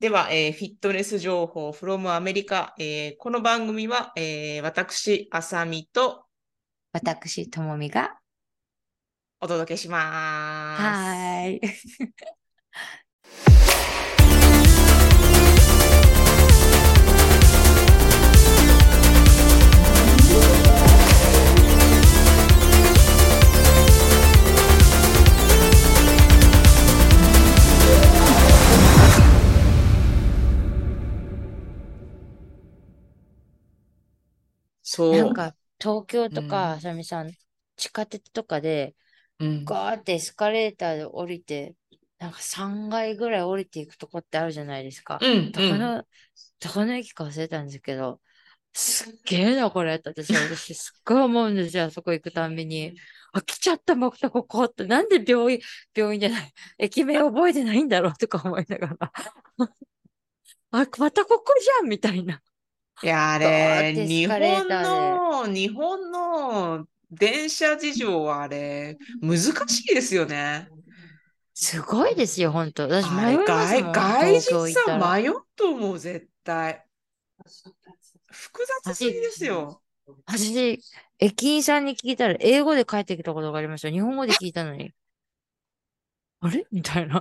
では、えーフィットネス情報 from アメリカ。えーこの番組は、えー私、あさみと私、ともみが。お届けします。はーい。そう。 なんか、東京とうんか、あさみさん、地下鉄とかで、うんガーってエスカレーターで降りて、なんか3階ぐらい降りていくとこってあるじゃないですか。うん、どこの、どこの駅か忘れたんですけど、すっげえな、これって私、私、すっごい思うんですよ、あそこ行くたんびに。あ、来ちゃった、またここって、なんで病院、病院じゃない、駅名覚えてないんだろうとか思いながら。 あ、またここじゃんみたいな。いや、あガれ、ーって日エスカレータ本の、日本の電車事情はあれ、難しいですよね。すごいですよ、本当。私、あ迷れいますも外、ん、外東京人行ったさんら。迷うと思う、絶対。複雑すぎですよ。私、駅員さんに聞いたら、英語で帰ってきたことがありました。日本語で聞いた のに。あれみたいな。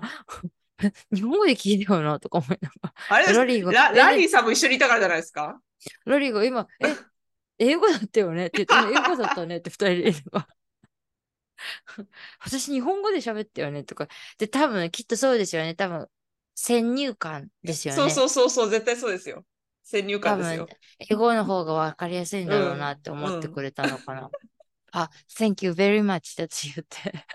日本語で聞いたよな、とか思いながあれら。ロリーが、ラ、えラリーさんも一緒にいたからじゃないですか。ロリーが今、え、英語だったよねっ て言って、英語だったねって二人で言えば。私、日本語で喋ったよねとか。で、多分、きっとそうですよね。多分、先入観ですよね。そうそうそうそう、絶対そうですよ。先入多観です分よ。、英語の方が分かりやすいんだろうなって思ってくれたのかな。あ、Thank you very much って言って。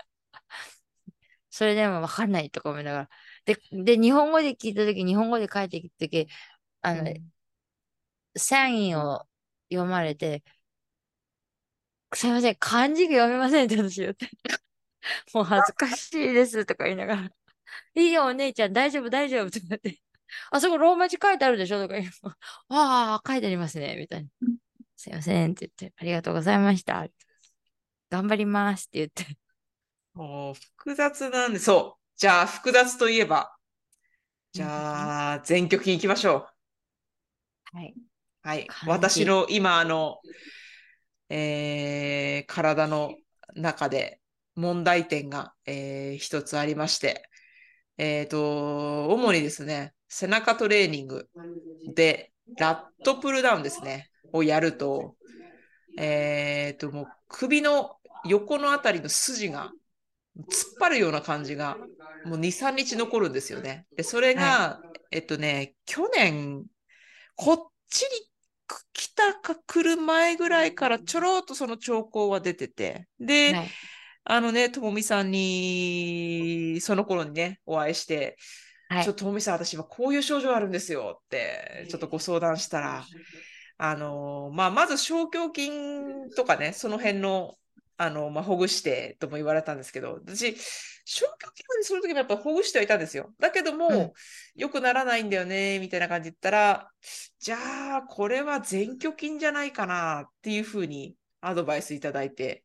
それでも分かんないとか思いながら。で、で日本語で聞いたとき、日本語で書いてきたとき、あの、サインを読まれて、すいません、漢字が読めませんって私言って。 もう恥ずかしいですとか言いながら。 いいよ、お姉ちゃん、大丈夫、大丈夫とか言って。あそこローマ字書いてあるでしょとか言う の。ああ、書いてありますね、みたいな。すいませんって言って、ありがとうございました。頑張りますって言って。もう複雑なんで、そう。じゃあ、複雑といえば、じ ゃあ、全曲いきましょはい。う。はい。漢字私の今、あの、えー体の中で問題点が、えー一つありまして、えっと、主にですね、背中トレーニングで、ラットプルダウンですね、をやると、えっと、もう首の横のあたりの筋が突っ張るような感じが、もう2、3日残るんですよね。で、それが、えっとね、去年、こっちに来たか来る前ぐらいからちょろっとその兆候は出てて、で、はいあのね、ともみさんに、その頃にね、お会いして、はいちょっとともみさん、私今こういう症状あるんですよって、ちょっとご相談したら、あの、まあ、まず小胸筋とかね、その辺の、あの、まあ、ほぐしてとも言われたんですけど、私、小胸筋までその時もやっぱほぐしてはいたんですよ。だけどうんも、良くならないんだよね、みたいな感じで言ったら、じゃあ、これは前鋸筋じゃないかなっていうふうにアドバイスいただいて、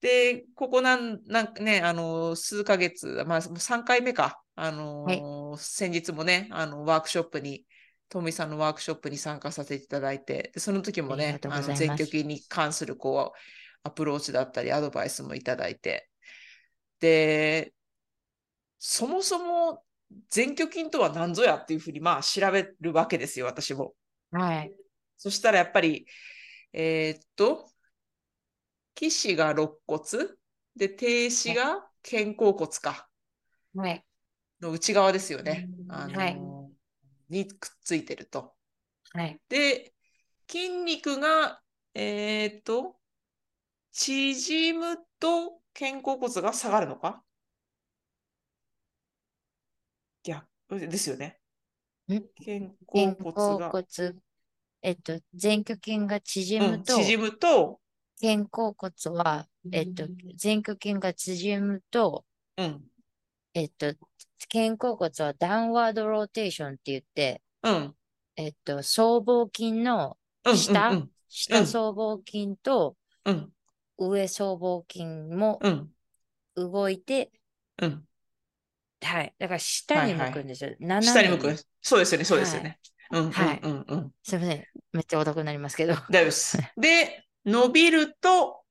で、ここなん、なんかね、あの、数ヶ月、まあ、3回目か、あの、先日もね、あの、ワークショップに、トミさんのワークショップに参加させていただいて、でその時もありがね、とうごあざの、います前鋸筋に関する、こう、アプローチだったり、アドバイスもいただいて、で、そもそも前鋸筋とは何ぞやっていうふうに、まあ、調べるわけですよ、私も。はい。そしたらやっぱり、えーっと、騎士が肋骨、で、停止が肩甲骨か、はい。の内側ですよね。あのーはいにくっついてると。はい。で、筋肉が、えーっと、縮むと肩甲骨が下がるのか逆ですよね。ん肩甲肩骨甲が骨、えっと、前鋸筋が縮うむんと、縮むと、肩甲骨は、えっと、前鋸筋が縮むと、うん、えっと、肩甲骨はダウンワードローテーションって言って、うん、うん、えっと、僧帽筋のうん、下、うん、う下ん僧帽筋とうん、上僧帽筋もうん、動いて、うん。はい。だから下に向くんですよ。斜め下に向く。そうですよね、そうですよね。うん、はいうん、うん、うん。すいません。めっちゃお得になりますけど。大丈夫です。で、伸びると、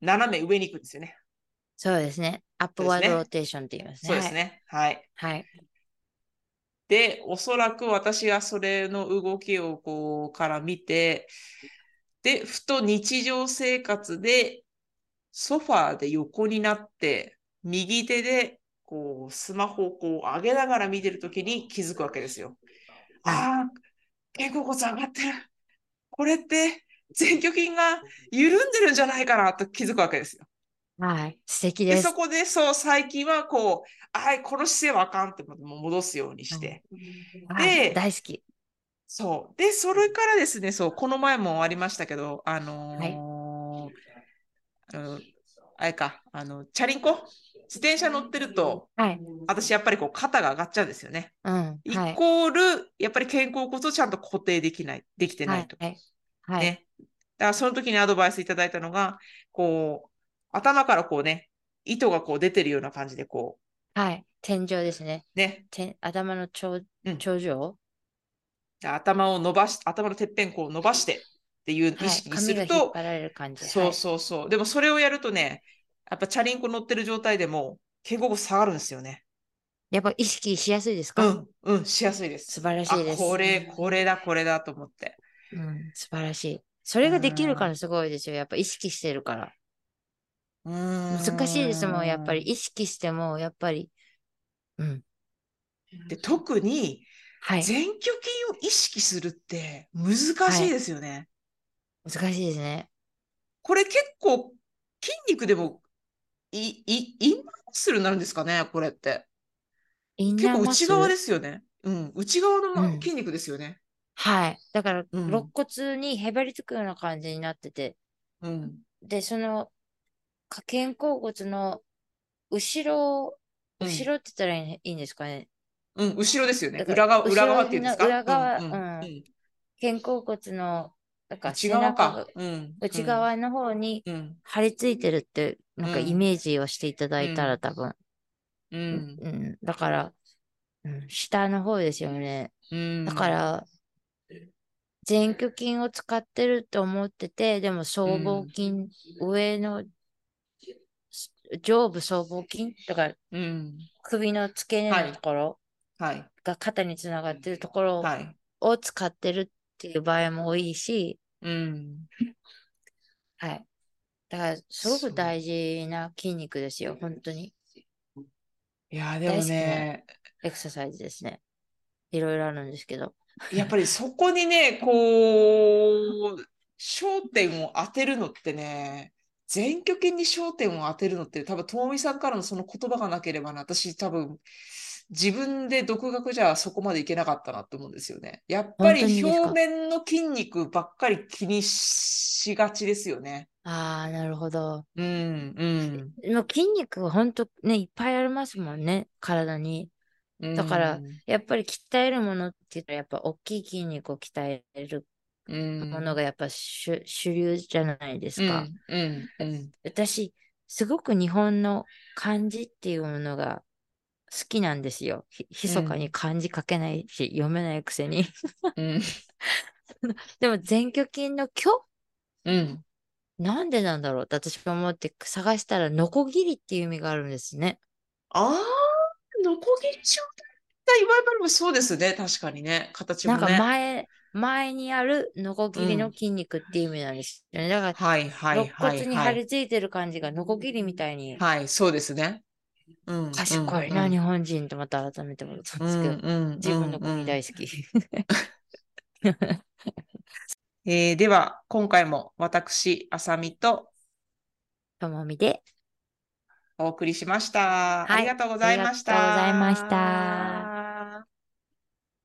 斜め上に行くんですよね。そうですね。アップワードローテーションって言いますね。そうですね。はい。はい。はい。で、おそらく私がそれの動きをこうから見て、で、ふと日常生活でソファーで横になって、右手でこうスマホをこう上げながら見てるときに気づくわけですよ。ああ、肩甲骨上がってる。これって前鋸筋が緩んでるんじゃないかなと気づくわけですよ。はい。素敵で、ですそ。こでそう最近はこう、あい、この姿勢はあかんってもう戻すようにして。はいで大好き。そう。で、それからですね、そう、この前もありましたけど、あのーあの、あれか、あの、チャリンコ自転車乗ってると、はい。私やっぱりこう肩が上がっちゃうんですよね。うん。イはい。コール、やっぱり肩甲骨をちゃんと固定できない、できてないと。はい。はい。ね。だからその時にアドバイスいただいたのが、こう、頭からこうね、糸がこう出てるような感じで、こはい。天井ですね。う、ね、天頭の頂うん頂上、頭を伸ばし、頭のてっぺんこう伸ばしてっていうは意い。識にす髪がる引っと、張られる感じ。はそういそうそう。でもそれをやるとね、やっぱチャリンコ乗ってる状態でも肩甲骨下がるんですよね。やっぱ意識しやすいですうか、ん、うん、しやすいです。素晴らあしいで、す。これ、これだ、これだと思って。うん、素晴らしい。それができるからすごいですよ。やっぱ意識してるから。難難しいですもん、やっぱり。。意識しても、やっぱり。うん。で特にはい前。鋸筋を意識するって難しいですよね。難しいですね。これ結構筋肉でもいいインナーマッスルになるんですかね、これって。イン結ナー構マッ内ス側ル。ですよね。うん、内側のまうん筋肉ですよね。はい。だから、うん肋骨にへばりつくような感じになってて、うん、で、その、か肩甲骨の後ろを、うん後ろって言ったらいい,、ん、ですかね。うん、後ろですよね。だから裏側、後ろ裏側っていうんですか。裏側うん、うん肩甲骨の、なんか内背側中かが。うん、内側の方にうん。張り付いてるって、なんかうんイメージをしていただいたうらん多分、ううんん、うんだから、うん、下の方ですよね。うん。だから、前鋸筋を使ってると思ってて、でも僧帽筋、上のす上部僧帽筋だからうん。首の付け根はいのところはい。が肩につながってるところはい。を使ってるっていう場合も多いし、うん。はい。だから、すごそうく大事な筋肉ですよ、本当に。いやー、でも大好きねね、エクササイズですね。いろいろあるんですけど。やっぱりそこにね、こう、焦点を当てるのってね、全拠筋に焦点を当てるのって、多分、ともみさんからのその言葉がなければな、私多分、自分で独学じゃそこまでいけなかったなと思うんですよね。やっぱ本当りにですか表面の筋肉ばっかり気にしがちですよね。ああ、なるほど。うん、うん。もう筋肉は本当ね、いっぱいありますもんね、体に。だからうんやっぱり鍛えるものって言ったら、やっぱ大きい筋肉を鍛えるうん、ものがやっぱ主,、主流じゃないですか。うん、うん、私、すごく日本の漢字っていうものが好きなんですよ。ひ、密かに漢字書けないし、読めないくせに。 うん、でも、前鋸筋の虚うん。なんでなんだろうって私も思って探したら、ノコギリっていう意味があるんですね。ああ、ノコギリ状態。いわゆるそうですね。確かにね。形もなんかね。前、前にあるノコギリの筋肉っていう意味なんですよね。だから、はい、はい、肋はい、骨には張い。り付いてる感じがノコギリみたいにはい、そうですね。うん、うん賢いな、日本人とまた改めて思ったんうですん、けうど、ん、うん、自分のうんう国ん大好き。えーでは、今回も私、あさみとと もみで、お送りしました。はいありがとうございました。ありがとうございました